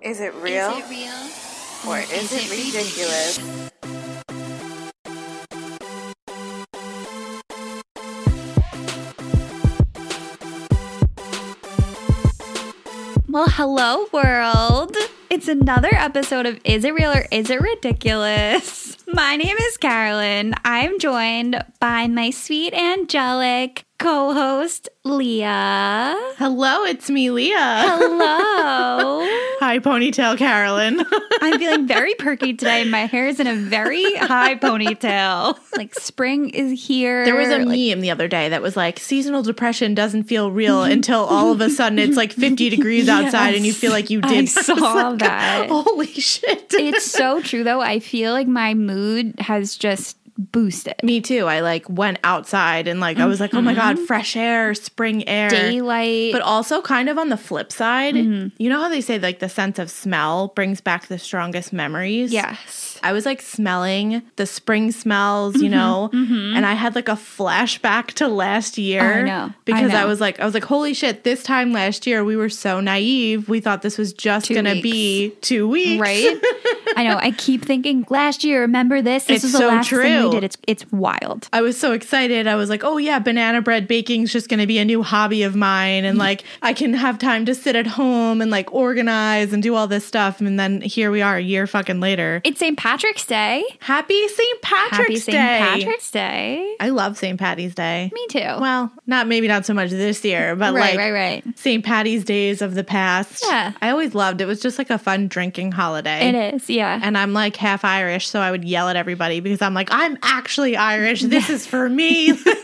Is it real? Is it real? or is it ridiculous? Well, hello, world. It's another episode of Is It Real or Is It Ridiculous? My name is Carolyn. I'm joined by my sweet, angelic co host, Leah. Hello, it's me, Leah. Hello. Hi, Ponytail Carolyn. I'm feeling very perky today. My hair is in a very high ponytail. Like spring is here. there was a Like, meme the other day that was like, seasonal depression doesn't feel real until all of a sudden it's like 50 degrees outside and you feel like you did. I was saw like, that. Holy shit. It's so true though. I feel like my mood has just boosted. me too. I like went outside and like, I was like, oh my God, fresh air, spring air. Mm-hmm. Daylight. Mm-hmm. But also, kind of on the flip side, you know how they say like the sense of smell brings back the strongest memories? yes. I was like smelling the spring smells, Mm-hmm. you know, and I had like a flashback to last year. I know, I Because I, know. was like, I was like, holy shit, this time last year we were so naive. We thought this was just Two going to be two weeks. Right? I know. I keep thinking last year, remember this? This It's was the so last thing we true. did. It's it's wild. I was so excited. I was like, oh yeah, banana bread baking is just going to be a new hobby of mine. Mm-hmm. And like, I can have time to sit at home and like organize and do all this stuff. And then here we are a year fucking later. It's St. Patrick's Day. Happy St. Patrick's Happy Day. St. Patrick's Day. I love St. Patty's Day. Me too. Well, not maybe not so much this year, but right, like right, right. St. Patty's days of the past. Yeah. I always loved it. was just like a fun drinking holiday. It is, yeah. And I'm like half Irish, so I would yell at everybody because I'm like, I'm actually Irish. This is for me.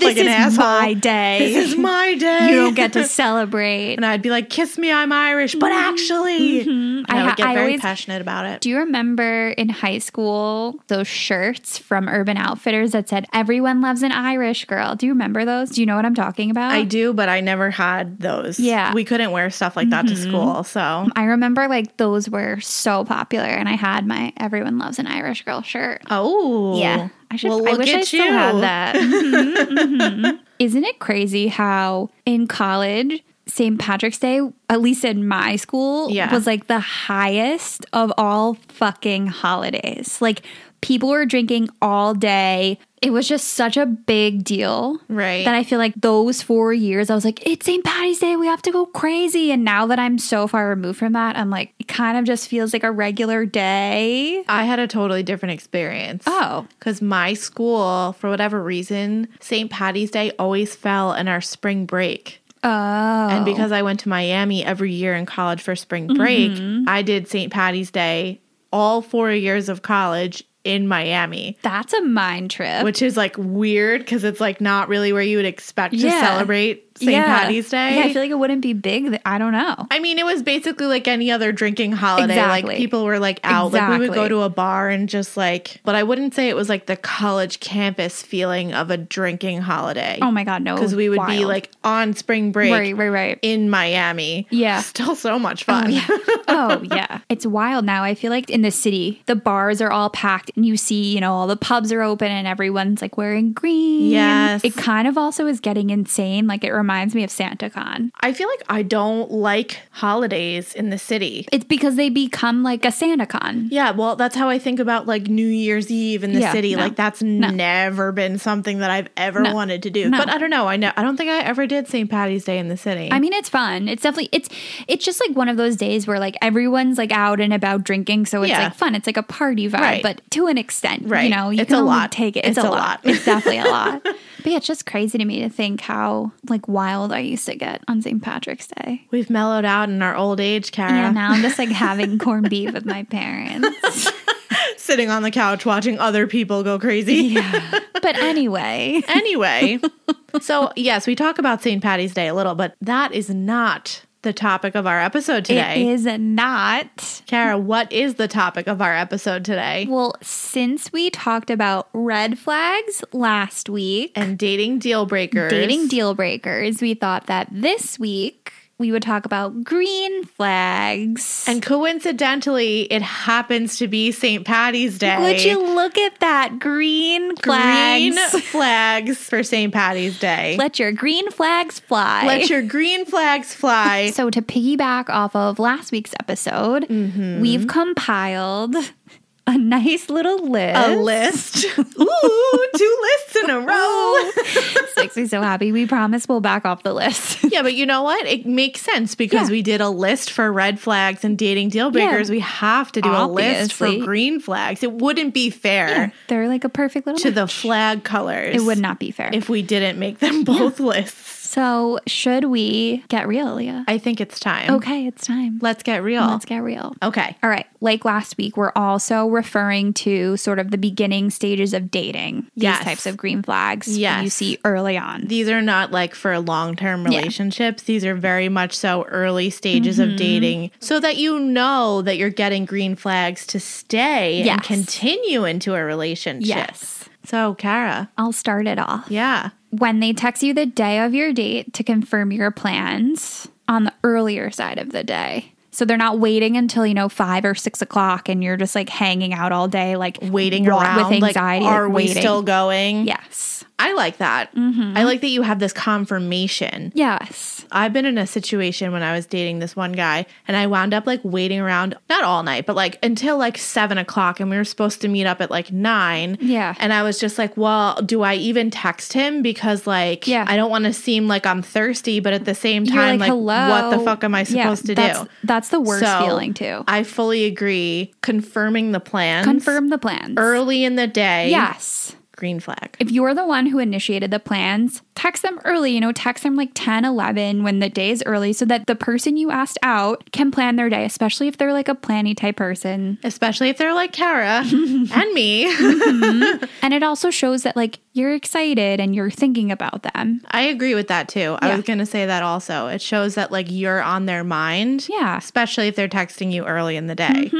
like this an is asshole. my day. This is my day. you don't get to celebrate. And I'd be like, kiss me, I'm Irish, but actually. And I, Mm-hmm. I ha- would get I very always- passionate about it. Do you remember in high school those shirts from Urban Outfitters that said "Everyone loves an Irish girl"? Do you remember those? Do you know what I'm talking about? I do, but I never had those. Yeah. Mm-hmm. We couldn't wear stuff like that to school. So I remember like those were so popular, and I had my "Everyone loves an Irish girl" shirt. Oh. Yeah, I should. Well, I look wish at I still had you. that. Mhm, mhm. Isn't it crazy how in college? St. Patrick's Day, at least in my school, Yeah. was like the highest of all fucking holidays. Like people were drinking all day. It was just such a big deal. Right. That I feel like those four years, I was like, it's St. Patty's Day. We have to go crazy. And now that I'm so far removed from that, I'm like, it kind of just feels like a regular day. I had a totally different experience. Oh. Because my school, for whatever reason, St. Patty's Day always fell in our spring break. Oh. And because I went to Miami every year in college for spring break, Mm-hmm. I did St. Patty's Day all four years of college in Miami. That's a mind trip. Which is like weird because it's like not really where you would expect Yeah. to celebrate St. Patty's Day. Yeah, I feel like it wouldn't be big. th- I don't know. I mean, it was basically like any other drinking holiday. Exactly. Like people were like out. Like we would Exactly. go to a bar and just like, but I wouldn't say it was like the college campus feeling of a drinking holiday. Oh my god, no. Because we would be Wild. like on spring break right, right, right. in Miami. Yeah. Still so much fun. Oh, yeah. Oh, yeah. It's wild now. I feel like in the city, the bars are all packed and you see, you know, all the pubs are open and everyone's like wearing green. Yes. It kind of also is getting insane. Like it reminds me of SantaCon. I feel like I don't like holidays in the city. It's because they become like a SantaCon. Yeah, well, that's how I think about like New Year's Eve in the Yeah, city. no, like that's never been something that I've ever No, wanted to do. no. But I don't know. I know I don't think I ever did St. Patty's Day in the city. I mean, it's fun. It's definitely it's it's just like one of those days where like everyone's like out and about drinking, so it's Yeah. like fun. It's like a party vibe, Right. but to an extent, you Right. know, you It's can a only lot. Take it. It's, a, lot. it's definitely a lot. But yeah, it's just crazy to me to think how like wild I used to get on St. Patrick's Day. We've mellowed out in our old age, Kara. Yeah, now I'm just like having corned beef with my parents. Sitting on the couch watching other people go crazy. Yeah. But anyway, Anyway, so yes, we talk about St. Patty's Day a little, but that is not the topic of our episode it today. is not. Kara, what is the topic of our episode today? Well, since we talked about red flags last week, And dating deal breakers. dating deal breakers, we thought that this week we would talk about green flags. And coincidentally, it happens to be St. Patty's Day. would you look at that green flags? green flags for St. Patty's Day? Let your green flags fly. Let your green flags fly. so to piggyback off of last week's episode, Mm-hmm. we've compiled a nice little list. a list. Ooh, two lists in a row. This makes me so happy. We promise we'll back off the list. Yeah, but you know what? It makes sense because Yeah. we did a list for red flags and dating deal breakers. We have to do a list for Obviously. green flags. It wouldn't be fair They're like a perfect little to the match. flag colors. It would not be fair. if we didn't make them both lists. so should we get real, Leah? I think it's time. Okay, it's time. Let's get real. Let's get real. okay. All right. Like last week, we're also referring to sort of the beginning stages of dating. These Yes. types of green flags Yes. you see early on. These are not like for long term relationships. These are very much so early stages Mm-hmm. of dating so that you know that you're getting green flags to stay and Yes. continue into a relationship. Yes. So, Kara, I'll start it off. yeah. When they text you the day of your date to confirm your plans on the earlier side of the day. So they're not waiting until, you know, five or six o'clock and you're just like hanging out all day, like waiting wa- around with anxiety. like, Like, are we waiting. Mm-hmm. still going? Yes. I like that. I like that you have this confirmation. Yes. I've been in a situation when I was dating this one guy, and I wound up like waiting around not all night, but like until like seven o'clock, and we were supposed to meet up at like nine. Yeah. and I was just like, well, do I even text him because like Yeah. I don't want to seem like I'm thirsty, but at the same time, You're like, like, hello. what the fuck am I Yeah, supposed to that's, do? That's the worst So, feeling, too. I fully agree. Confirming the plans Confirm the plans. early in the day. Yes. green flag. If you're the one who initiated the plans, text them early, you know, text them like 10, 11 when the day is early so that the person you asked out can plan their day, especially if they're like a planny type person. especially if they're like Kara and me. And it also shows that like you're excited and you're thinking about them. I agree with that too. I Yeah. was going to say that also. It shows that like you're on their mind. Yeah. Mm-hmm. Especially if they're texting you early in the day.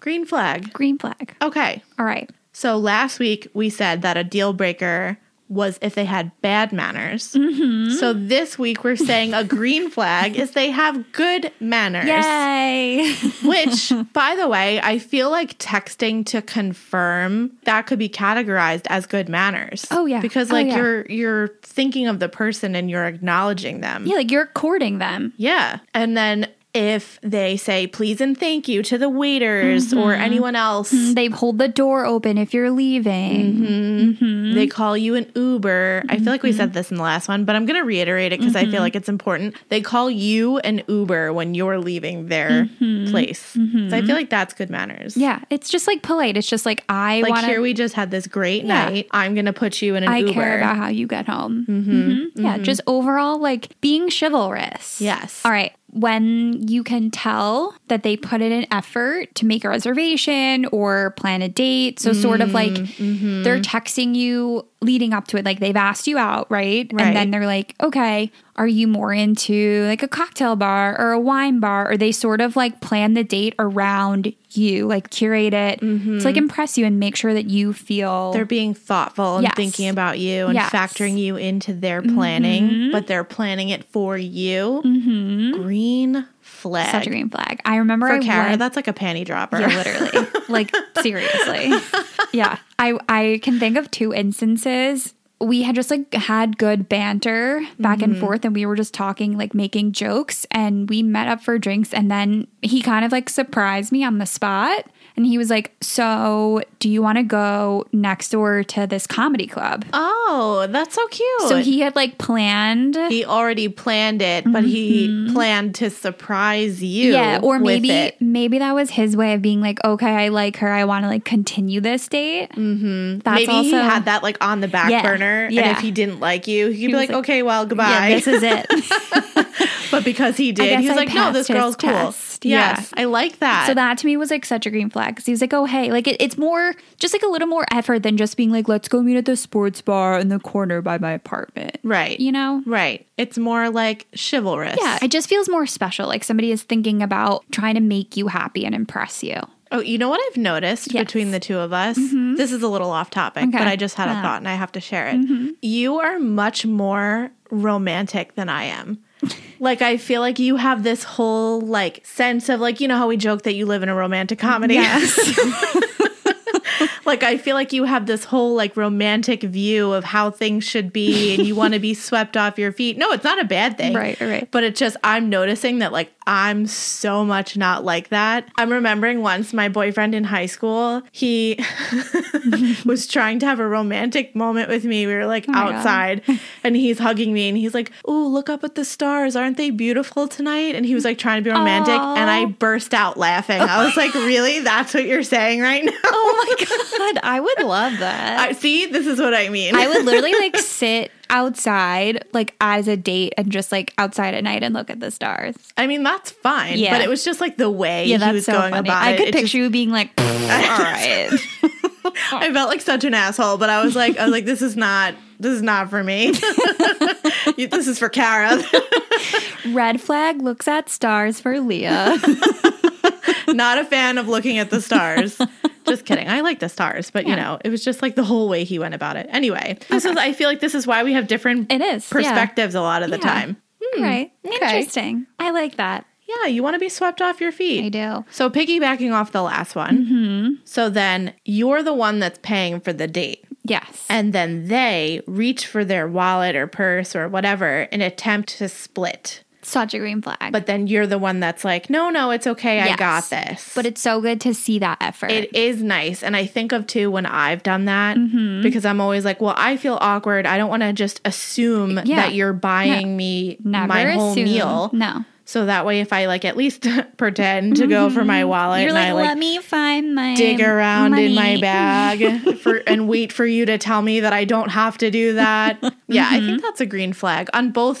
Green flag. Green flag. Okay. All right. So last week we said that a deal breaker was if they had bad manners. Mm-hmm. So this week we're saying a green flag is they have good manners. Yay. Which, by the way, I feel like texting to confirm that could be categorized as good manners. Oh, yeah. because Oh, like yeah. you're you're thinking of the person and you're acknowledging them. yeah, like you're courting them. Yeah. and then if they say please and thank you to the waiters Mm-hmm. or anyone else, They hold the door open if you're leaving. Mm-hmm. Mm-hmm. they call you an Uber. I feel like we said this in the last one, but I'm going to reiterate it because I Mm-hmm. feel like it's important. They call you an Uber when you're leaving their Mm-hmm. place. So I feel like that's good manners. Yeah, it's just like polite. It's just like I Like want here, to we just had this great Yeah. night. I'm gonna put you in an I Uber. Mm-hmm, care about how you get home. Mhm. Yeah, just overall like being chivalrous. Yes. All right. When you can tell that they put in an effort to make a reservation or plan a date. So, sort of like Mm-hmm, they're texting you leading up to it, like they've asked you out, right? Right. And then they're like, okay, are you more into like a cocktail bar or a wine bar? Or they sort of like plan the date around you, like curate it to like impress you and make sure that you feel Mm-hmm. They're being thoughtful and Yes. thinking about you and Yes. Mm-hmm. factoring you into their planning, but they're planning it for you. Green flag. such a green flag. I remember For I Kara, went- that's like a panty dropper. Yeah, literally. like seriously. Yeah. I I can think of two instances. We had just like had good banter back Mm-hmm. and forth and we were just talking like making jokes and we met up for drinks and then he kind of like surprised me on the spot and he was like, "So, do you want to go next door to this comedy club?" oh, that's so cute. So he had like planned He already planned it, but he planned to surprise you. Mm-hmm. Yeah, or with maybe it. maybe that was his way of being like, okay, I like her, I want to like continue this date. Mm-hmm. That's maybe also he had that like on the back Yeah, burner. yeah. And if he didn't like you, he'd be was like, like, okay, well, Yeah, goodbye. this is it. But because he did, guess he was I like, no, passed this his girl's cool. test. Yes, I like that. so that to me was like such a green flag because he was like, oh hey, like it, it's more just like a little more effort than just being like, let's go meet at the sports bar in the corner by my apartment, right, you know. right. It's more like chivalrous. Yeah, it just feels more special. Like somebody is thinking about trying to make you happy and impress you. Oh, you know what I've noticed Yes. Mm-hmm. between the two of us? This is a little off topic, but Okay. Mm-hmm. I just had a Wow. thought and I have to share it. You are much more romantic than I am. Like I feel like you have this whole like sense of like you know how we joke that you live in a romantic comedy. like I feel like you have this whole like romantic view of how things should be and you want to be swept off your feet. No, it's not a bad thing. Right, right. But it's just I'm noticing that like I'm so much not like that. I'm remembering once my boyfriend in high school, he was trying to have a romantic moment with me. We were like Oh my God. outside and he's hugging me and he's like, "Oh, look up at the stars. Aren't they beautiful tonight?" And he was like trying to be romantic and I burst out laughing. I was like, "Really? That's what you're saying right now?" Oh my god, I would love that. I see. This is what I mean. I would literally like sit outside, like as a date, and just like outside at night and look at the stars. I mean, that's fine. Yeah. But it was just like the way Yeah, he that's was so going funny. about I it. could It picture just- you being like, all right. I felt like such an asshole, but I was like, I was like, this is not, this is not for me. You- this is for Kara, Red flag looks at stars for Leah. not a fan of looking at the stars. just kidding. I like the stars, but you know, it was just like the whole way he went about it. Anyway, this is. I feel like this is why we have different It is, yeah. perspectives a lot of the Yeah. time. right. Hmm, okay. Interesting. I like that. Yeah, you want to be swept off your feet. I do. Mm-hmm. So piggybacking off the last one. So then you're the one that's paying for the date. Yes. And then they reach for their wallet or purse or whatever and attempt to split. Such a green flag. But then you're the one that's like, no, no, it's okay. I Yes. got this. but it's so good to see that effort. it is nice. And I think of too when I've done that Mm-hmm. because I'm always like, well, I feel awkward. I don't want to just assume Yeah. that you're buying me my whole assume. meal. No. So that way, if I like at least pretend to go for my wallet Mm-hmm. You're and like, I like let me find my dig around in my money." bag for and wait for you to tell me that I don't have to do that. Yeah, Mm-hmm. I think that's a green flag on both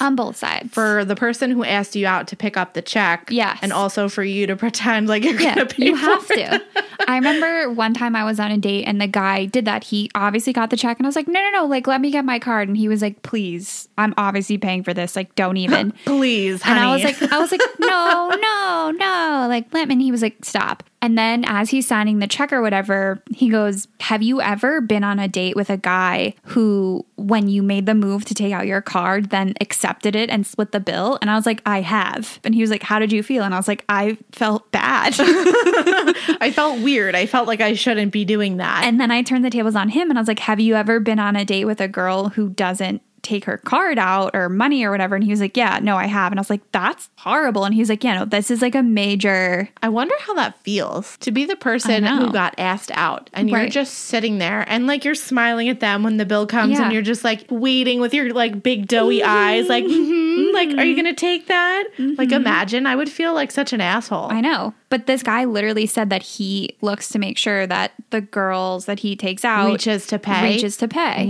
on both sides. for the person who asked you out to pick up the check. Yes. And also for you to pretend like you're yeah, gonna pay you for have it. to. I remember one time I was on a date and the guy did that. He obviously got the check and I was like, no, no, no, like, let me get my card. And he was like, please, I'm obviously paying for this. Like, don't even. Please, honey. And I was like, I was like, no, no, no. Like, let me. And he was like, stop. And then as he's signing the check or whatever, he goes, Have you ever been on a date with a guy who, when you made the move to take out your card, then accepted it and split the bill? And I was like, I have. And he was like, How did you feel? And I was like, I felt bad. I felt weird. I felt like I shouldn't be doing that. and then I turned the tables on him and I was like, Have you ever been on a date with a girl who doesn't? Take her card out or money or whatever. And he was like, Yeah, no, I have. And I was like, That's horrible. And he was like, Yeah, no, this is like a major I wonder how that feels to be the person know. who got asked out and you're Right. just sitting there and like you're smiling at them when the bill comes Yeah. Mm-hmm. and you're just like waiting with your like big doughy eyes like "Mhm, like are you going to take that? Like imagine I would feel like such an asshole. Mm-hmm. I know. But this guy literally said that he looks to make sure that the girls that he takes out Reaches to pay. Mm. reaches to pay,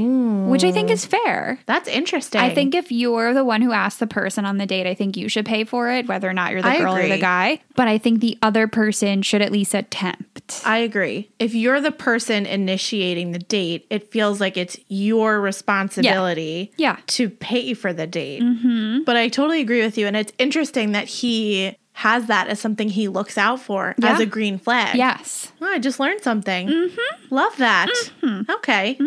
which I think is fair. That's interesting. I think if you're the one who asked the person on the date, I think you should pay for it, whether or not you're the I girl or agree. the guy. But I think the other person should at least attempt. I agree. If you're the person initiating the date, it feels like it's your responsibility Yeah. to pay for the date. Mm-hmm. But I totally agree with you. And it's interesting that he has that as something he looks out for Yeah. Mm-hmm. as a green flag. Yes. Oh, I just learned something. Love that. Mm-hmm. Okay.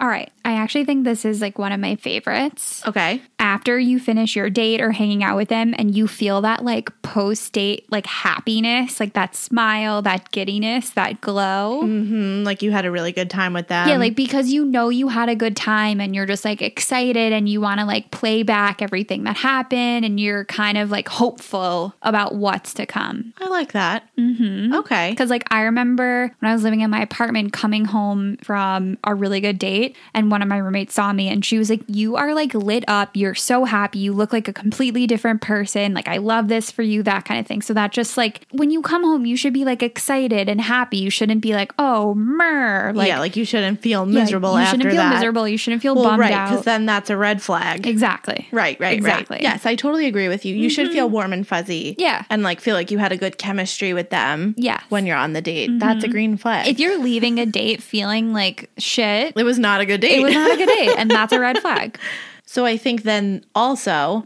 All right. I actually think this is like one of my favorites. Okay. after you finish your date or hanging out with them and you feel that like post date like happiness, like that smile, that giddiness, that glow. Mm, like you had a really good time with them. Yeah, like because you know you had a good time and you're just like excited and you want to like play back everything that happened and you're kind of like hopeful about what's to come. I like that. Mm-hmm. Okay. Because, like, I remember when I was living in my apartment coming home from a really good date, and one of my roommates saw me and she was like, You are like lit up. You're so happy. You look like a completely different person. Like, I love this for you, that kind of thing. So, that just like when you come home, you should be like excited and happy. You shouldn't be like, Oh, mer. Like, yeah, like you shouldn't feel yeah, miserable You after shouldn't feel that. miserable. You shouldn't feel Well, bummed right, because out. then that's a red flag. exactly. Right, right, Exactly. Mm-hmm. right. Yes, I totally agree with you. You should feel warm and fuzzy. Yeah. And like feel like you had a good chemistry with them. Yes. Mm-hmm. When you're on the date. That's a green flag. If you're leaving a date feeling like shit, it was not a good date. it was not a good date. And that's a red flag. so I think then also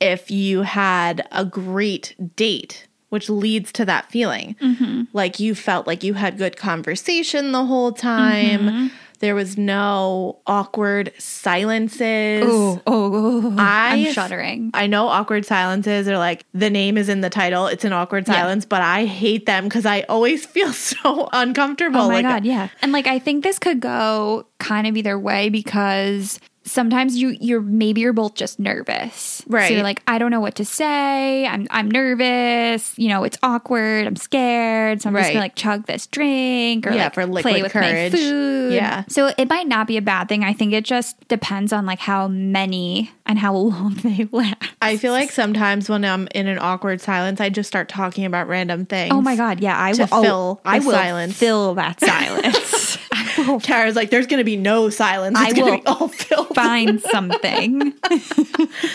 if you had a great date, which leads to that feeling. Like you felt like you had good conversation the whole time. There was no awkward silences. Oh, oh, I- I'm shuddering. I know awkward silences are like the name is in the title. It's an awkward Yeah. silence, but I hate them because I always feel so uncomfortable. Oh my like, god, yeah. And like I think this could go kind of either way because sometimes you you're maybe you're both just nervous. So Right. you're like, I don't know what to say. I'm I'm nervous. You know, it's awkward. I'm scared. So I'm just Right. gonna like chug this drink or Yeah, like for play liquid with courage. my food. Yeah. So it might not be a bad thing. I think it just depends on like how many and how long they last. I feel like sometimes when I'm in an awkward silence, I just start talking about random things. Oh my god, yeah. I To will oh, fill I the will silence. fill that silence. I will Tara's like, there's going to be no silence. I It's going will to be all filled. find something.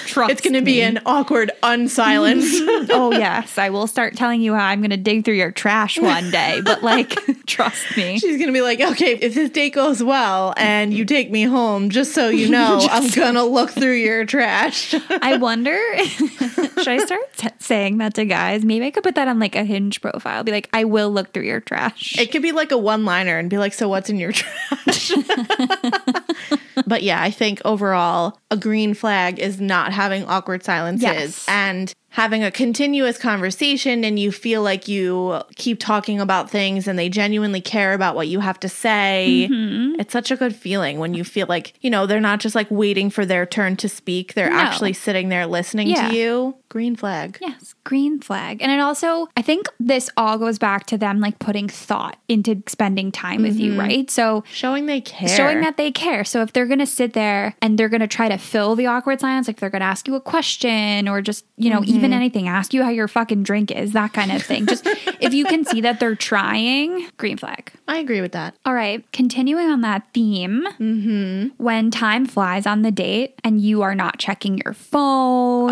Trust It's going to be me. an awkward unsilence. oh yes, I will start telling you how I'm going to dig through your trash one day. But like, trust me. She's going to be like, okay, if this date goes well and you take me home, just so you know, I'm going to look through your trash. I wonder, should I start t- saying that to guys? Maybe I could put that on like a hinge profile. Be like, I will look through your trash. It could be like a one liner and be like, so what's in your trash? but yeah, I think overall, a green flag is not having awkward silences Yes. and having a continuous conversation and you feel like you keep talking about things and they genuinely care about what you have to say. Mm-hmm. It's such a good feeling when you feel like, you know, they're not just like waiting for their turn to speak, they're No. actually sitting there listening Yeah. to you. Green flag. Yes, green flag. And it also, I think this all goes back to them like putting thought into spending time with Mm-hmm. you, right? So Showing they care. showing that they care. So if they're going to sit there and they're going to try to fill the awkward silence, like they're going to ask you a question or just, you know, even anything, ask you how your fucking drink is, that kind of thing. Just if you can see that they're trying, green flag. I agree with that. All right, continuing on that theme, Mm-hmm. when time flies on the date and you are not checking your phone,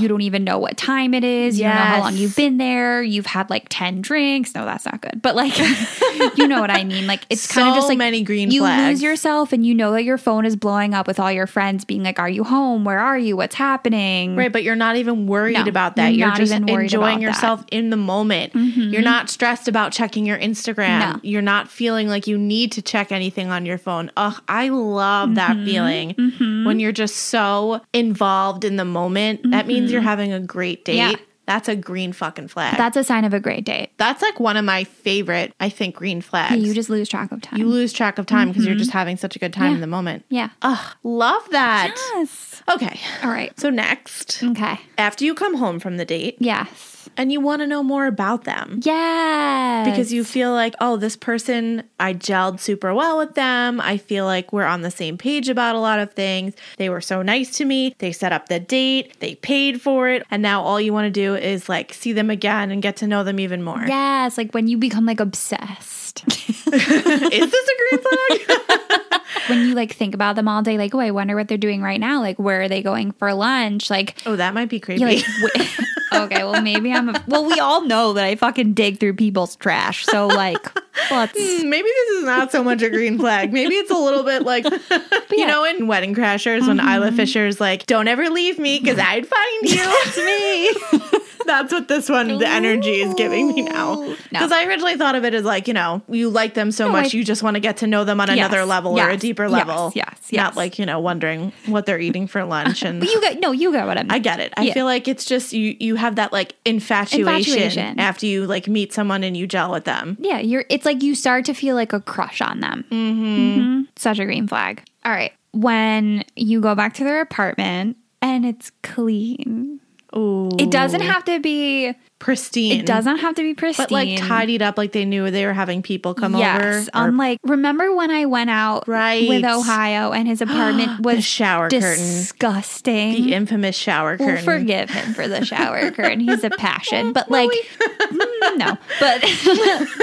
you don't even know what time it is, you don't know how long Yes. you've been there, you've had like 10 drinks. No, that's not good, but like, you know what I mean. Like, it's kind of So just like many green you lose flags. yourself and you know that your phone is blowing up with all your friends being like, Are you home? Where are you? What's happening? Right, but you're not even worried No, about that. you're You're, not just even worried enjoying about Mm-hmm. yourself in the moment. You're not stressed about checking your Instagram. No. You're not feeling like you need to check anything on your phone. Ugh, I love Mm-hmm. that feeling when you're just so involved in the moment. That means you're having a great date. Mm-hmm. Yeah. That's a green fucking flag. That's a sign of a great date. That's like one of my favorite, I think, green flags. You just lose track of time. You lose track of time because you're just having such a good time Yeah. in the moment. yeah. Ugh, love that. Yes. Okay. All right. So, next, Okay. after you come home from the date, Yes. and you want to know more about them Yes. because you feel like, oh, this person, I gelled super well with them. I feel like we're on the same page about a lot of things. They were so nice to me. They set up the date, they paid for it. And now all you want to do is like see them again and get to know them even more. Yes, like when you become like obsessed. is this a green flag? when you like think about them all day, like, oh, I wonder what they're doing right now. Like, where are they going for lunch? Like, oh, that might be creepy. you're like, w- okay, well, maybe I'm. A- well, we all know that I fucking dig through people's trash. So, like, let's. Hmm, Maybe this is not so much a green flag. Maybe it's a little bit like, you yeah. Mm-hmm. know, in Wedding Crashers when Isla Fisher's like, don't ever leave me because I'd find you. it's me. That's what this one, the energy is giving me now. Ooh. No. Because I originally thought of it as like, you know, you like them so No, much, I- you just want to get to know them on another Yes, level or a yes, deeper yes, level. yes, yes. Not like, you know, wondering what they're eating for lunch. And But you got no, you got what I'm. I get it. I Yeah. feel like it's just you, you have that like infatuation, Infatuation. after you like meet someone and you gel with them. yeah, you're. It's like you start to feel like a crush on them. Mm-hmm. Such a green flag. All right, when you go back to their apartment and it's clean, Ooh. it doesn't have to be. pristine. It doesn't have to be pristine. but like tidied up like they knew they were having people come Yes. um, over. or Unlike remember when I went out Right. with Ohio and his apartment was the shower curtain. disgusting. The infamous shower mm-hmm. We'll curtain. forgive him for the shower curtain. He's a passion, but like mm, no. But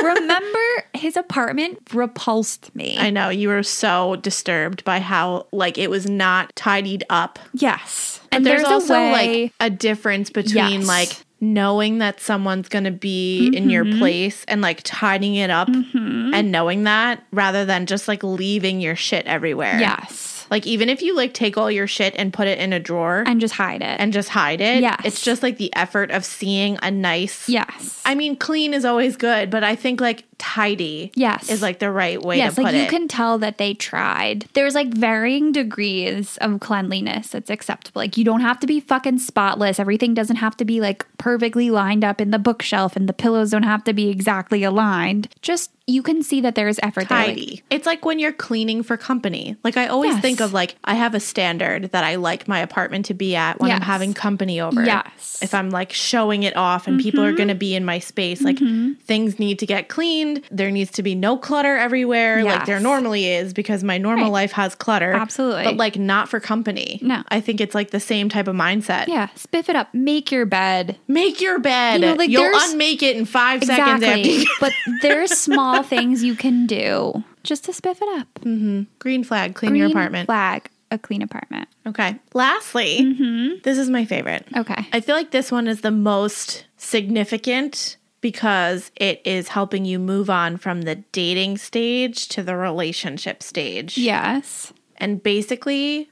remember his apartment repulsed me. I know you were so disturbed by how like it was not tidied up. yes. But and there's, there's, also a way like a difference between Yes. like knowing that someone's going to be in your Mm-hmm. place and like tidying it up and knowing that rather than just like leaving your shit everywhere. Yes. Like even if you like take all your shit and put it in a drawer and just hide it. and just hide it, Yes. it's just like the effort of seeing a nice. yes. I mean, clean is always good, but I think like tidy Yes. is like the right way yes, to put like you it. can tell that they tried. There's like varying degrees of cleanliness that's acceptable. Like you don't have to be fucking spotless. Everything doesn't have to be like perfectly lined up in the bookshelf and the pillows don't have to be exactly aligned. Just you can see that there is effort there. Like, tidy. It's like when you're cleaning for company. Like I always Yes. think of like I have a standard that I like my apartment to be at when I'm Yes. having company over. Yes. Mm-hmm. If I'm like showing it off and people are going to be in my space, like things need to get cleaned. There needs to be no clutter everywhere like there Yes. normally is because my normal Right. life has clutter. Absolutely. But like not for company. No. I think it's like the same type of mindset. yeah, spiff it up. Make your bed. Make your bed. You know, like, You'll there's- unmake it in 5 seconds after. Exactly. you- but there's small things you can do just to spiff it up. Green flag, clean your Green apartment. Flag a clean apartment. Okay. Lastly, Mm-hmm. this is my favorite. Okay. I feel like this one is the most significant because it is helping you move on from the dating stage to the relationship stage. yes. And basically,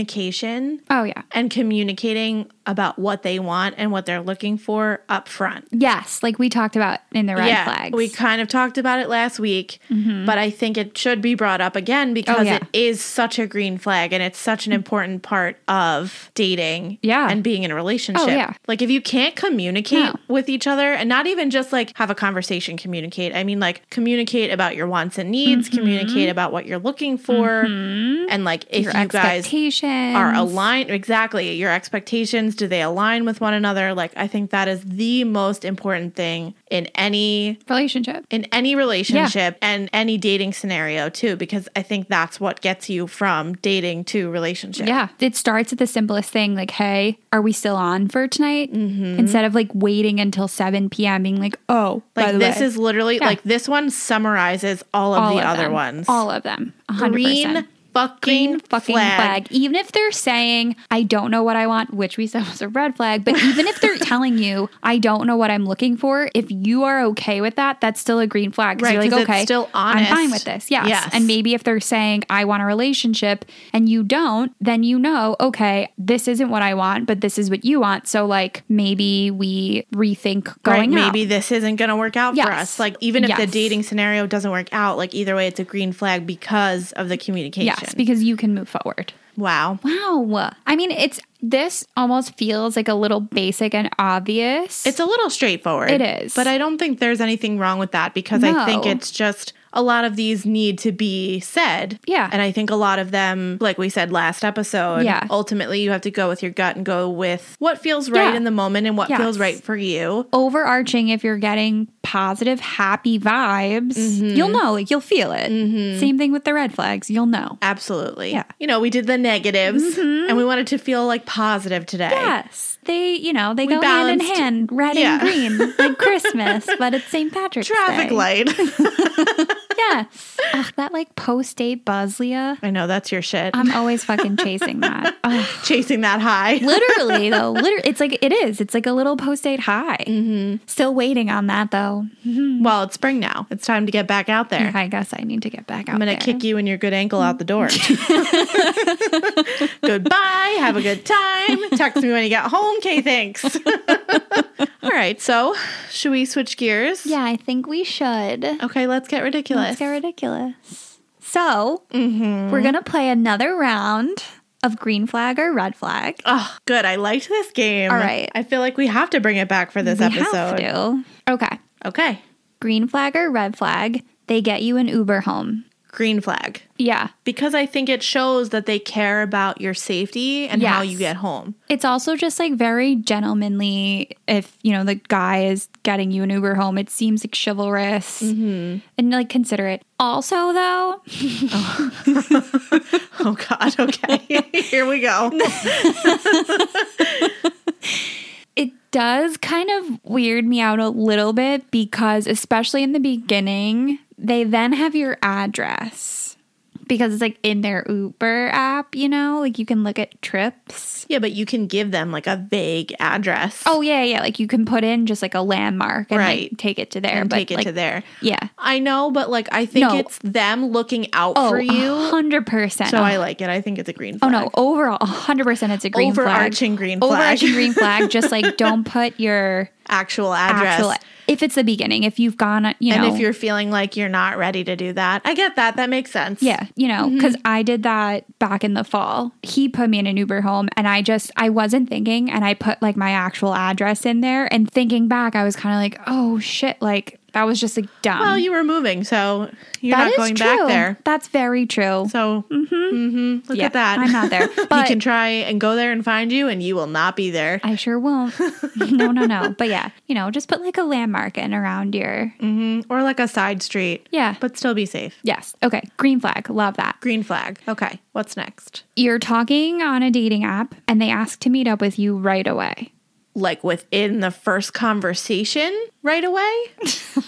communication Oh yeah. and communicating about what they want and what they're looking for up front. Yes, like we talked about in the red yeah, flags. Mm-hmm. we kind of talked about it last week, but I think it should be brought up again because Oh, yeah. it is such a green flag and it's such an important part of dating Yeah. and being in a relationship. Oh, yeah. Like if you can't communicate No. with each other and not even just like have a conversation communicate. I mean like communicate about your wants and needs, Mm-hmm. communicate about what you're looking for and like if your you guys expectations are aligned exactly your expectations do they align with one another like i think that is the most important thing in any relationship. in any relationship and any dating scenario too because i think that's what gets you from dating to relationship Yeah, it starts at the simplest thing, like, "Hey, are we still on for tonight?" Mm-hmm. Instead of like waiting until seven p.m., being like, "Oh, by like the this way, is literally like this one summarizes all of all the of other them. ones all of them, a hundred green percent." fucking Green fucking flag. Even if they're saying, I don't know what I want, which we said was a red flag, but even if they're telling you, I don't know what I'm looking for, if you are okay with that, that's still a green flag. 'Cause Right, you're like, 'cause it's okay, still I'm fine honest. with this. Yes. Yes. And maybe if they're saying, I want a relationship and you don't, then you know, okay, this isn't what I want, but this is what you want. So, like, maybe we rethink going right, out. maybe this isn't going to work out for Yes. us. Like even if the Yes. dating scenario doesn't work out, like either way it's a green flag because of the communication. Yes, because you can move forward. wow. Wow. I mean, it's this almost feels like a little basic and obvious. It's a little straightforward. It is. But I don't think there's anything wrong with that because I think No. it's just a lot of these need to be said. Yeah. And I think a lot of them, like we said last episode, Yeah. ultimately you have to go with your gut and go with what feels right Yeah. in the moment and what Yes. feels right for you. overarching if you're getting positive, happy vibes, Mm-hmm. you'll know, like you'll feel it. Same thing with the red flags, you'll know. Absolutely. Yeah. Mm-hmm. You know, we did the negatives and we wanted to feel like positive today. Yes, they, you know, they go hand balanced- in hand, red Yeah. and green, like Christmas, but it's St. Patrick's Traffic Day. light. Yes. Ugh, that like post date buzz, Leah. I know that's your shit. I'm always fucking chasing that. Ugh. Chasing that high. Literally, though, literally, it's like it is. It's like a little post date high. Mm-hmm. Still waiting on that, though. Well, it's spring now. It's time to get back out there. I guess I need to get back out. I'm going to there. kick you and your good ankle out the door. Goodbye. Have a good time. Text me when you get home. Okay, thanks. All right. So, should we switch gears? Yeah, I think we should. Okay, let's get ridiculous. Let's get ridiculous. Mm-hmm. So we're gonna play another round of green flag or red flag. oh, good. I liked this game. All right. I feel like we have to bring it back for this we episode. have to. Okay, Okay. green flag or red flag. They get you an Uber home. Green flag. Yeah, Because I think it shows that they care about your safety and how Yes. you get home. it's also just like very gentlemanly. If you know the guy is getting you an Uber home, it seems like chivalrous and like considerate. Also, though, Oh, God. Okay. Here we go. it does kind of weird me out a little bit because especially in the beginning they then have your address because it's like in their Uber app, you know? Like you can look at trips. Yeah, but you can give them like a vague address. Oh, yeah, yeah. Like you can put in just like a landmark and Right. like take it to there. and but take it like, to there. Yeah. I know, but like I think No. it's them looking out Oh, for you. 100%. So I like it. I think it's a green Oh flag. no! Overall, hundred percent, it's a green Overarching flag. green flag. Overarching green flag. Just like don't put your Actual address. actual. e-, If it's the beginning, if you've gone, you know, And if you're feeling like you're not ready to do that, I get that. That makes sense. Yeah, you know, because Mm-hmm. I did that back in the fall. He put me in an Uber home, and I just I wasn't thinking, and I put like my actual address in there. And thinking back, I was kind of like, oh shit, like that was just like dumb. Well, you were moving, so you're That not is going true. back there. That's very true. So mhm, look Yeah, at that. I'm not there, you but- can try and go there and find you, and you will not be there. I sure won't. no, no, no. But yeah, you know, just put like a landmark in around your. Or like a side street. Yeah. Mm, But still be safe. Yes. Okay. Green flag. Love that. Green flag. Okay. What's next? You're talking on a dating app and they ask to meet up with you right away. Like within the first conversation right away?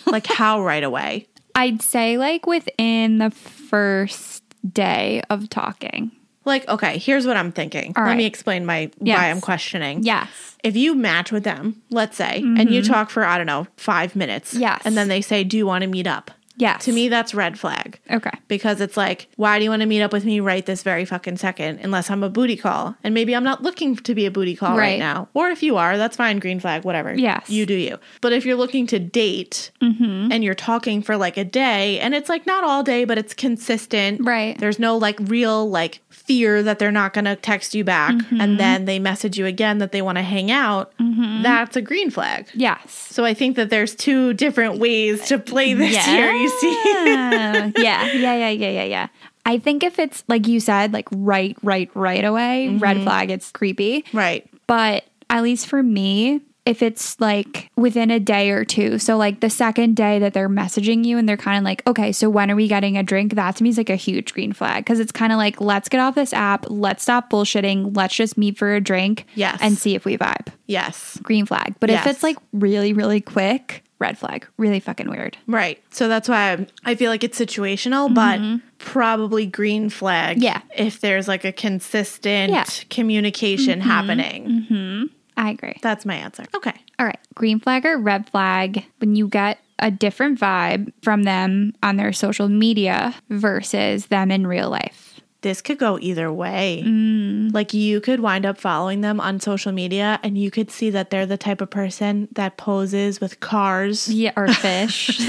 like how right away? I'd say like within the first day of talking. Like, okay, here's what I'm thinking. All Let me right. explain my Yes. why I'm questioning. Yes. If you match with them, let's say, and you talk for, I don't know, five minutes. Mm-hmm. Yes. And then they say, Do you want to meet up? Yes. To me, that's red flag. Okay. because it's like, why do you want to meet up with me right this very fucking second unless I'm a booty call? And maybe I'm not looking to be a booty call right, Right. now. Or if you are, that's fine, green flag, whatever. Yes. Mm-hmm. You do you. But if you're looking to date and you're talking for like a day and it's like not all day, but it's consistent. Right. There's no like real like fear that they're not going to text you back Mm-hmm. and then they message you again that they want to hang out. That's a green flag. Yes. So I think that there's two different ways to play this here, you see. yeah. Yeah. Yeah. Yeah. Yeah. Yeah. I think if it's like you said, like right, right, right away, red flag, it's creepy. Right. But at least for me, if it's like within a day or two, so like the second day that they're messaging you and they're kind of like, okay, so when are we getting a drink? That to me is like a huge green flag because it's kind of like, let's get off this app, let's stop bullshitting, let's just meet for a drink Yes. and see if we vibe. Yes. Green flag. But Yes. if it's like really, really quick, red flag, really fucking weird. Right. So that's why I'm, I feel like it's situational, but probably green flag. Mm-hmm. Yeah. If there's like a consistent Yeah. Mm-hmm. communication happening. I agree. That's my answer. Okay. All right. Green flag or red flag when you get a different vibe from them on their social media versus them in real life. This could go either way. Mm. Like you could wind up following them on social media and you could see that they're the type of person that poses with cars Yeah, or fish.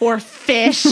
or fish.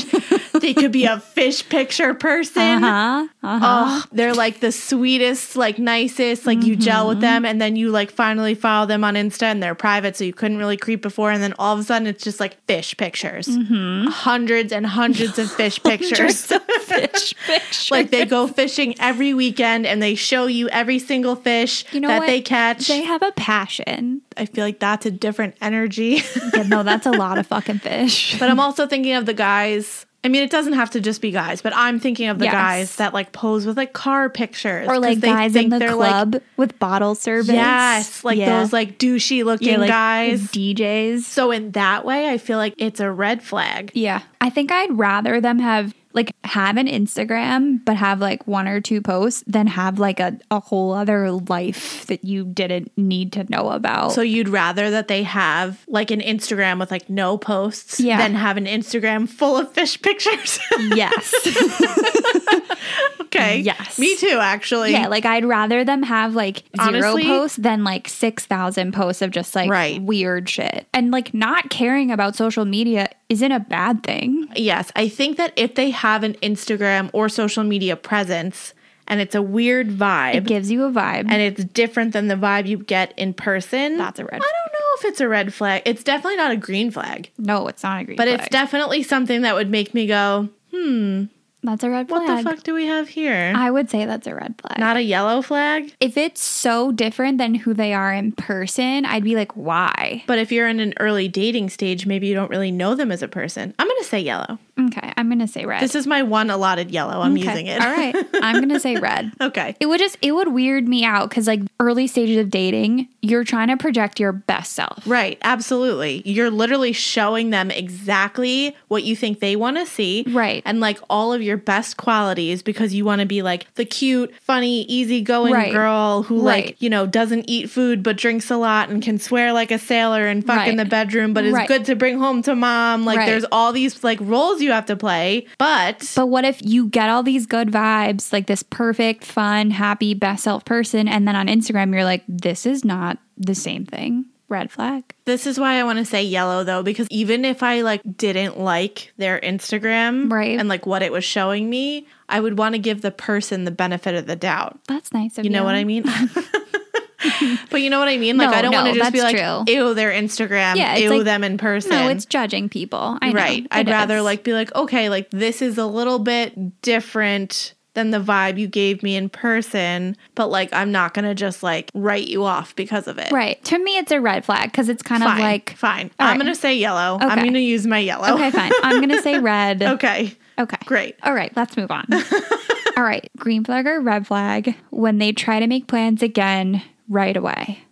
they could be a fish picture person. uh-huh. Oh, they're like the sweetest, like nicest, like you gel Mm-hmm. with them, and then you like finally follow them on Insta, and they're private, so you couldn't really creep before, and then all of a sudden it's just like fish pictures, hundreds and hundreds of fish pictures. Mm-hmm. fish picture. Like they go fishing every weekend, and they show you every single fish You know that what? they catch. They have a passion. I feel like that's a different energy. Yeah, no, that's a lot of fucking fish. But I'm also thinking of the guys. I mean, it doesn't have to just be guys, but I'm thinking of the Yes. guys that like pose with like car pictures Or 'cause like they guys in think the they're, like, club with bottle service. Yes, like Yeah. those like douchey looking Yeah, like guys. DJs. so in that way, I feel like it's a red flag. Yeah. I think I'd rather them have like have an Instagram but have like one or two posts than have like a, a whole other life that you didn't need to know about. So you'd rather that they have like an Instagram with like no posts Yeah. than have an Instagram full of fish pictures. yes. okay. Yes. Me too, actually. yeah, like I'd rather them have like zero Honestly- posts than like 6,000 posts of just like Right. weird shit. And like not caring about social media isn't a bad thing. yes. I think that if they have an Instagram or social media presence and it's a weird It vibe gives you a vibe. and it's different than the vibe you get in person, That's a red I don't know if it's a red flag. It's definitely not a green flag. no, it's not a green But flag. it's definitely something that would make me go, that's a red flag. What the fuck do we have here? I would say that's a red flag. Not a yellow flag. if it's so different than who they are in person, I'd be like, why? But if you're in an early dating stage, maybe you don't really know them as a person. I'm going to say yellow. Okay. Okay, I'm gonna say red. This is my one allotted yellow. I'm Okay. using it. All right, I'm gonna say red. okay. It would just it would weird me out because like early stages of dating, you're trying to project your best self. Right, absolutely. You're literally showing them exactly what you think they want to see. Right. And like all of your best qualities because you want to be like the cute, funny, easygoing Right. girl who Right. like, you know, doesn't eat food but drinks a lot and can swear like a sailor and fuck in Right. the bedroom but is Right. good to bring home to mom. Like Right. there's all these like roles you have to play, but, But what if you get all these good vibes, like this perfect, fun, happy, best self person, and then on Instagram you're like, this is not the same thing. Red flag. this is why I want to say yellow though because even if I like didn't like their Instagram Right. and like what it was showing me, I would want to give the person the benefit of the doubt. That's nice of You you. know what I mean? but you know what I mean? Like No, I don't want no, to just be that's like true. ew their Instagram, Yeah, it's ew like- them in person. No, it's judging people. I know. right. I'd It rather is. like be like okay, like this is a little bit different than the vibe you gave me in person, but like I'm not going to just like write you off because of it. Right. To me, it's a red flag because it's kind of Fine. like. fine. All I'm right. going to say yellow. I'm Okay. going to use my yellow. Okay, fine. I'm going to say red. okay. Okay. Great. All right, let's move on. All right, green flag or red flag when they try to make plans again right away.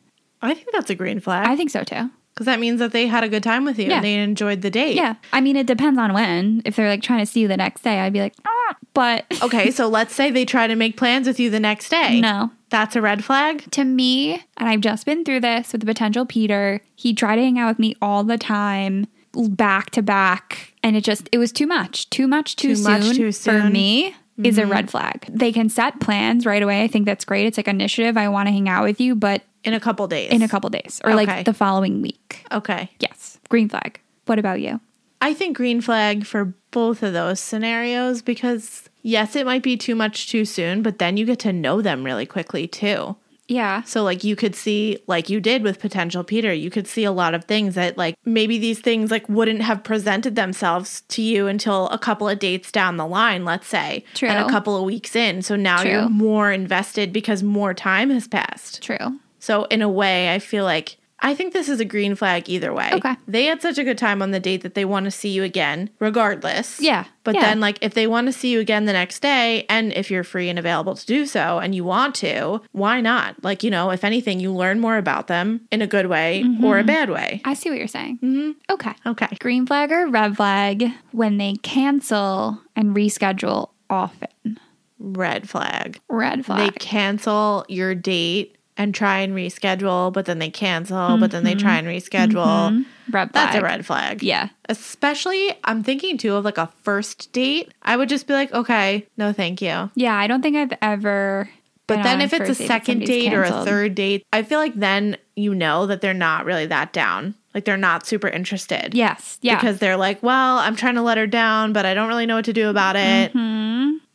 I think that's a green I flag think so too. because that means that they had a good time with you Yeah. and they enjoyed the date. Yeah. I mean, it depends on when. If they're like trying to see you the next day, I'd be like, ah, but Okay, so let's say they try to make plans with you the next day. no. That's a red flag? To me, and I've just been through this with the potential Peter, he tried to hang out with me all the time, back to back. And it just, it was too much. Too much too, Too soon, much too for soon. Mm-hmm. me is a red flag. They can set plans right away. I think that's great. It's like initiative. I want to hang out with you, but In a couple days. in a couple days or Okay. like the following week. Okay. Yes, green flag. What about you? I think green flag for both of those scenarios because yes, it might be too much too soon, but then you get to know them really quickly too. Yeah. So like you could see like you did with potential Peter, you could see a lot of things that like maybe these things like wouldn't have presented themselves to you until a couple of dates down the line, let's say, True. and a couple of weeks in. So now True. you're more invested because more time has passed. True. So in a way, I feel like I think this is a green flag either way. Okay. They had such a good time on the date that they want to see you again, regardless. Yeah, But yeah. then like if they want to see you again the next day and if you're free and available to do so and you want to, why not? Like, you know, if anything, you learn more about them in a good way or a bad way. I see what you're saying. Mm-hmm. Okay. Okay. Green flag or red flag when they cancel and reschedule often? Red flag. Red They flag. cancel your date and try and reschedule, but then they cancel, but then they try and reschedule. red Mm-hmm. flag. That's a red flag. Yeah. Especially, I'm thinking too of like a first date. I would just be like, okay, no, thank you. Yeah. I don't think I've ever. But been then on if it's a first date that second somebody's date or a canceled. third date, I feel like then you know that they're not really that down. Like they're not super interested. Yes. Yeah. Because they're like, well, I'm trying to let her down, but I don't really know what to do about it.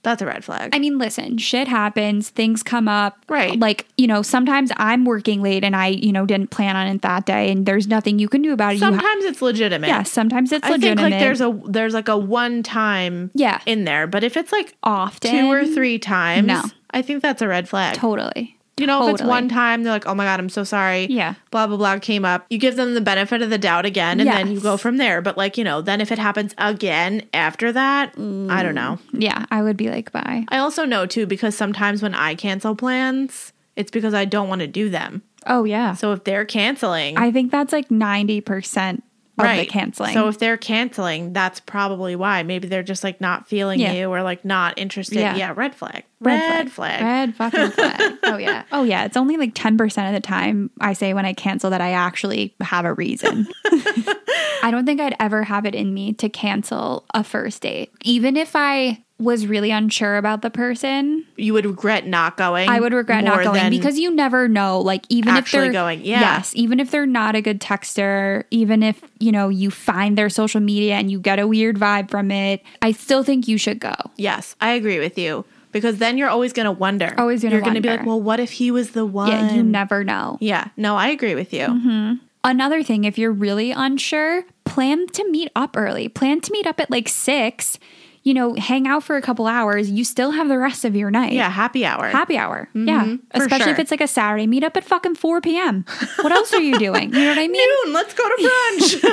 That's a red flag. Mm-hmm. I mean, listen, shit happens, things come up. Right. Like, you know, sometimes I'm working late and I, you know, didn't plan on it that day and there's nothing you can do about it. you ha- sometimes it's legitimate. yeah, sometimes it's I legitimate. think like there's a there's like a one time Yeah. in there, but if it's like often two or three times, No. I think that's a red flag. Totally. You know, if it's Totally. one time, they're like, oh my God, I'm so sorry. Yeah. Blah, blah, blah came up. You give them the benefit of the doubt again, and then you Yes. go from there. But, like, you know, then if it happens again after that, I don't know. Yeah, I would be like, bye. I also know, too, because sometimes when I cancel plans, it's because I don't want to do them. Oh yeah. So if they're canceling, I think that's like ninety percent of the canceling. So if they're canceling, that's probably why. Maybe they're just like not feeling Yeah. you or like not interested. Yeah. Yeah, red flag. Red Red, flag. flag. red fucking flag. oh yeah. Oh yeah. It's only like ten percent of the time I say when I cancel that I actually have a reason. I don't think I'd ever have it in me to cancel a first date, even if I was really unsure about the person. You would regret not going. I would regret not Mm, more going than- because you never know. Like even if actually they're going, yeah. yes, even if they're not a good texter, even if you know you find their social media and you get a weird vibe from it, I still think you should go. Yes, I agree with you because then you're always going to wonder. Always gonna you're gonna be wonder. like, well, what if he was the one? Yeah, you never Mm-hmm. know. Yeah, no, I agree with you. Another thing, if you're really unsure, plan to meet up early. Plan to meet up at like six. You know, hang out for a couple hours. You still have the rest of your night. Yeah, happy hour. Happy hour. Yeah. for Especially if sure. it's like a Saturday. Meet up at fucking 4 p.m. What else are you doing? You know what I mean? Noon, let's go to brunch.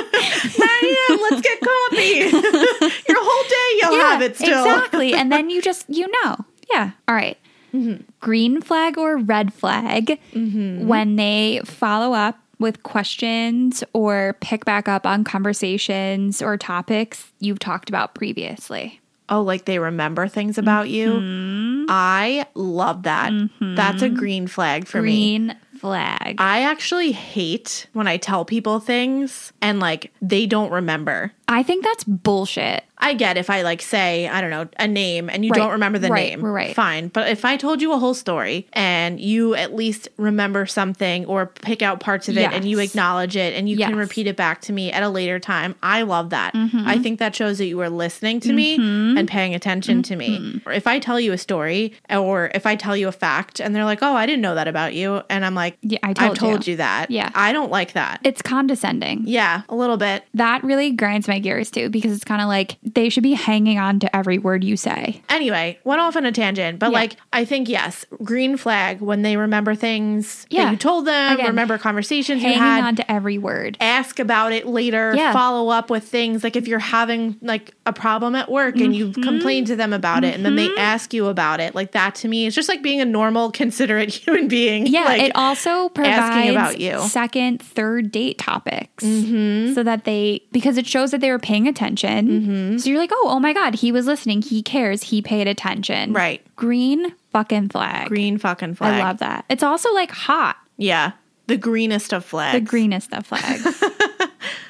9 a.m., let's get coffee. Your whole day it still. Exactly. and then you just, you know. Yeah. All right. Mm-hmm. Green flag or red flag when they follow up with questions or pick back up on conversations or topics you've talked about previously. Oh, like they remember things about Mm-hmm. you. I love that. That's a green flag for me. Green flag. I actually hate when I tell people things and like they don't remember. I think that's bullshit. I get if I like say, I don't know, a name and you Right, don't remember the right, name. right. Fine. But if I told you a whole story and you at least remember something or pick out parts of it and you Yes. acknowledge it and you Yes. Mm-hmm. can repeat it back to me at a later time, I love that. I think that shows that you are listening to me and paying attention to me. Mm-hmm. Or if I tell you a story or if I tell you a fact and they're like, oh, I didn't know that about you. And I'm like, Yeah, I I've told told you. you that. Yeah. I don't like that. It's condescending. yeah, a little bit. That really grinds my gears too because it's kind of like they should be hanging on to every word you say. Anyway, went off on a tangent, but Yeah. like I think yes, green flag when they remember things Yeah. that you told them, Again, remember conversations you Hanging had, on to every word. ask about it later, Yeah. follow up with things like if you're having like a problem at work and you Mm-hmm. complain to them about it and then they ask you about it, like that to me is just like being a normal considerate human being. Yeah, like, it also provides about you. Mm-hmm. second, third date topics so that they because it shows that they were paying attention. Mm-hmm. So you're like, oh, oh my god, he was listening, he cares, he paid attention. Right. Green fucking flag. green fucking I flag. love that. It's also like hot, Yeah, the greenest of flags. the greenest of flags.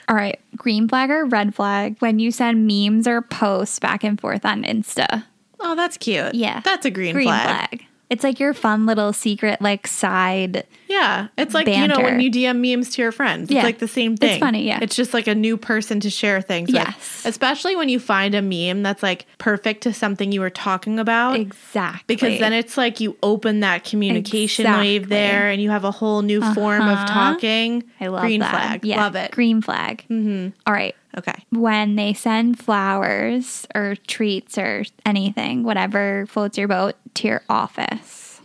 All right, green flag or red flag when you send memes or posts back and forth on Insta. Oh, that's cute. Yeah. that's a green, Green flag. flag. It's like your fun little secret, like side. Yeah, it's like you know Banter. when you DM memes to your friends. Yeah. It's like the same thing. funny, yeah. It's just like a new person to share things Yes. with. Especially when you find a meme that's like perfect to something you were talking about. Exactly. Because then it's like you open that communication Exactly. Uh-huh. wave there and you have a whole new form of talking. I love Green that. flag. Yeah, Love it. Green flag. Mm-hmm. right. Okay. When they send flowers or treats or anything, whatever floats your boat, to your office.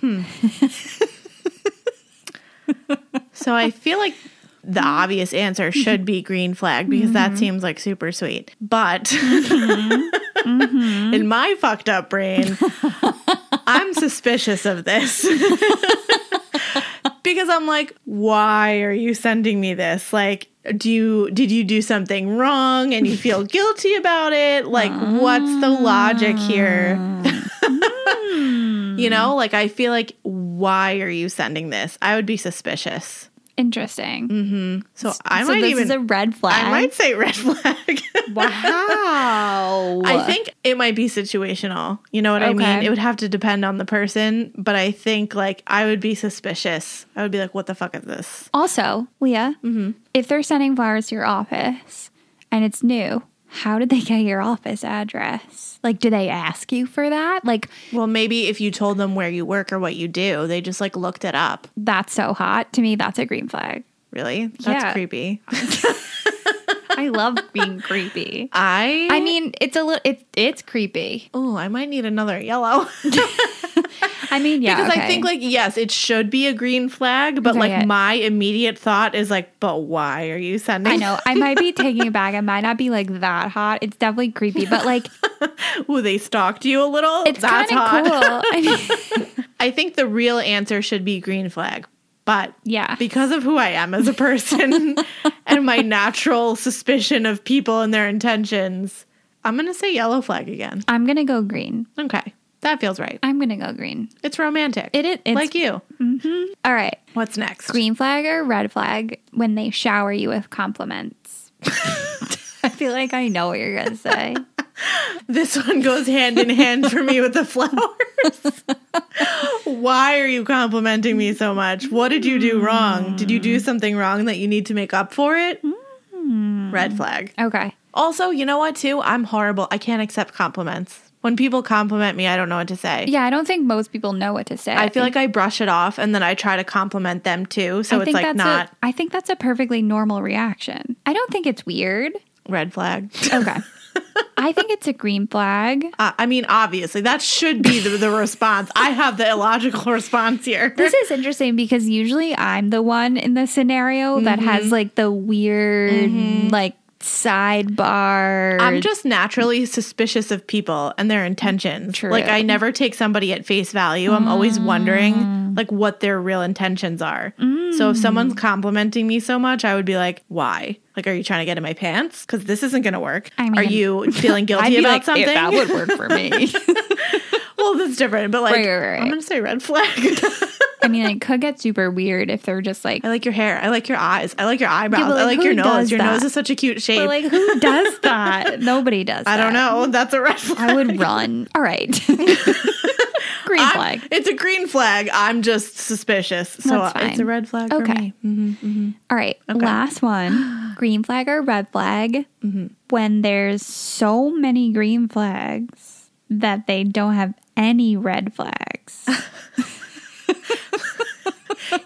So I feel like the obvious answer should be green flag because that seems like super sweet. But in my fucked up brain, I'm suspicious of this. because I'm like, why are you sending me this? Like, do you did you do something wrong and you feel guilty about it? Like, what's the logic here? you know, like I feel like why are you sending this? I would be suspicious. Interesting. So I so might this even is a red flag. I might say red flag. wow. I think it might be situational. You know what I mean? Okay. It would have to depend on the person, but I think like I would be suspicious. I would be like, "What the fuck is this?" Also, Leah, if they're sending flowers to your office and it's new, how did they get your office address? Like, do they ask you for that? Like, Well, maybe if you told them where you work or what you do, they just like looked it up. that's so hot. To me, that's a green flag. Really? That's Yeah. creepy. I love being creepy. I I mean, it's a little, it, it's creepy. oh, I might need another yellow. I mean, yeah. Because I okay. think like yes, it should be a green flag, but Okay, like yeah. my immediate thought is like, "But why are you sending I know I might be taking it back. It might not be like that hot. It's definitely creepy, but like Ooh, they stalked you a little. it's kind of That's cool. hot. I mean, I think the real answer should be green flag. But yeah. because of who I am as a person and my natural suspicion of people and their intentions, I'm going to say yellow flag again. I'm gonna go green. Okay. That feels right. I'm gonna go green. It's romantic. It is- it's- like you. All right. What's next? Green flag or red flag when they shower you with compliments? I feel like I know what you're gonna say. This one goes hand in hand for me with the flowers. Why are you complimenting me so much? What did you do wrong? Did you do something wrong that you need to make up for it? Red flag. Okay. Also, you know what, too? I'm horrible. I can't accept compliments. When people compliment me, I don't know what to say. Yeah, I don't think most people know what to say. I feel like I brush it off and then I try to compliment them too. So I it's think like that's not A, I think that's a perfectly normal reaction. I don't think it's weird. red flag. Okay. I think it's a green flag. Uh, I mean, obviously, that should be the, the response. I have the illogical response here. This is interesting because Mm-hmm. usually I'm the one in the scenario that has like the weird, like sidebar. I'm just naturally suspicious of people and their intentions. True. Like I never take somebody at face value. I'm always Mm. wondering like what their real intentions are. So if someone's complimenting me so much, I would be like, "Why? Like are you trying to get in my pants? Cuz this isn't going to work. I are mean, you feeling I'd guilty be about like, something?" if that would work for me. well, that's different, but like Right, right, right. I'm going to say red flag. I mean, it could get super weird if they're just like, I like your hair. I like your eyes. I like your eyebrows. but, like, I like who your does nose. Your that? nose is such a cute shape. but like, who does that? Nobody does. I don't that. know. That's a red flag. I would run. All right. Green I'm- flag. It's a green flag. I'm just suspicious. So That's uh, it's fine. a red flag for Okay. me. Mm-hmm, All right. Last one. Green flag or red flag? Mm-hmm. When there's so many green flags that they don't have any red flags.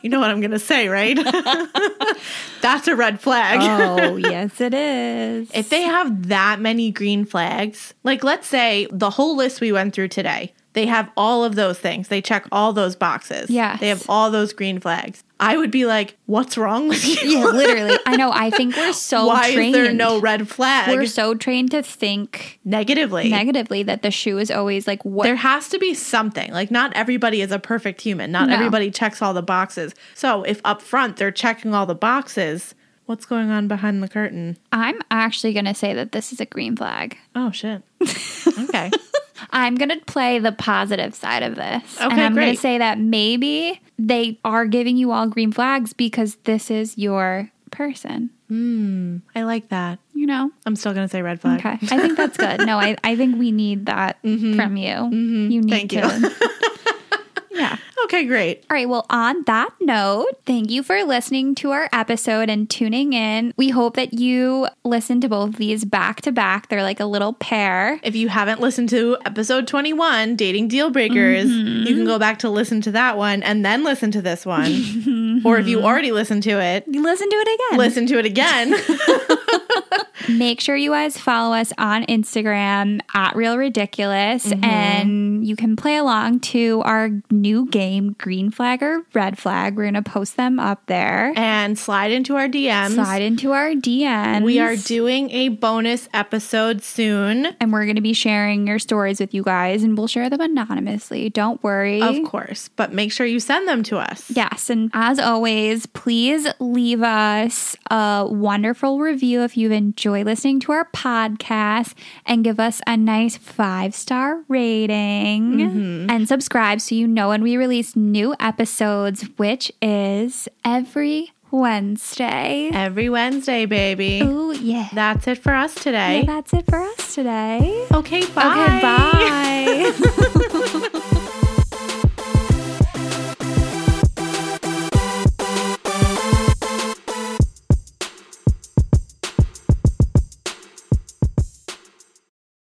You know what I'm going to say, right? That's a red flag. oh, yes, it is. If they have that many green flags, like let's say the whole list we went through today, they have all of those things. They check all those boxes. Yes. They have all those green flags. I would be like, what's wrong with you? yeah, literally. I know. I think we're so Why trained. is there no red flag? we're so trained to think Negatively. negatively that the shoe is always like what there has to be something. Like not everybody is a perfect human. Not No. everybody checks all the boxes. So if up front they're checking all the boxes, what's going on behind the curtain? I'm actually going to say that this is a green flag. Oh shit. okay. I'm going to play the positive side of this. and Okay, I'm going great. to say that maybe they are giving you all green flags because this is your person, I like that. you know? I'm still gonna say red flag. Okay. I think that's good. No, I, I think we need that from you. You need Mm-hmm. Thank to. you. yeah. Okay, great. All right. Well, on that note, thank you for listening to our episode and tuning in. We hope that you listen to both of these back to back. They're like a little pair. If you haven't listened to episode 21, Dating Deal Breakers, you Mm-hmm. can go back to listen to that one and then listen to this one. or if you already listened to it, Listen to it Mm-hmm. again. listen to it again. Make sure you guys follow us on Instagram at Real Ridiculous, Mm-hmm. and you can play along to our new game, Green Flag or Red Flag. We're gonna post them up there. and slide into our DMs. Slide into our DMs. We are doing a bonus episode soon. and we're gonna be sharing your stories with you guys, and we'll share them anonymously. Don't worry. Of course, but make sure you send them to us. Yes, and as always, please leave us a wonderful review if you've enjoyed listening to our podcast and give us a nice five star rating and subscribe so you know when we release new episodes, which is every Wednesday. Every Wednesday, baby. Oh, yeah. That's it for us Yeah, today. that's it for us today. okay, bye. Okay, bye.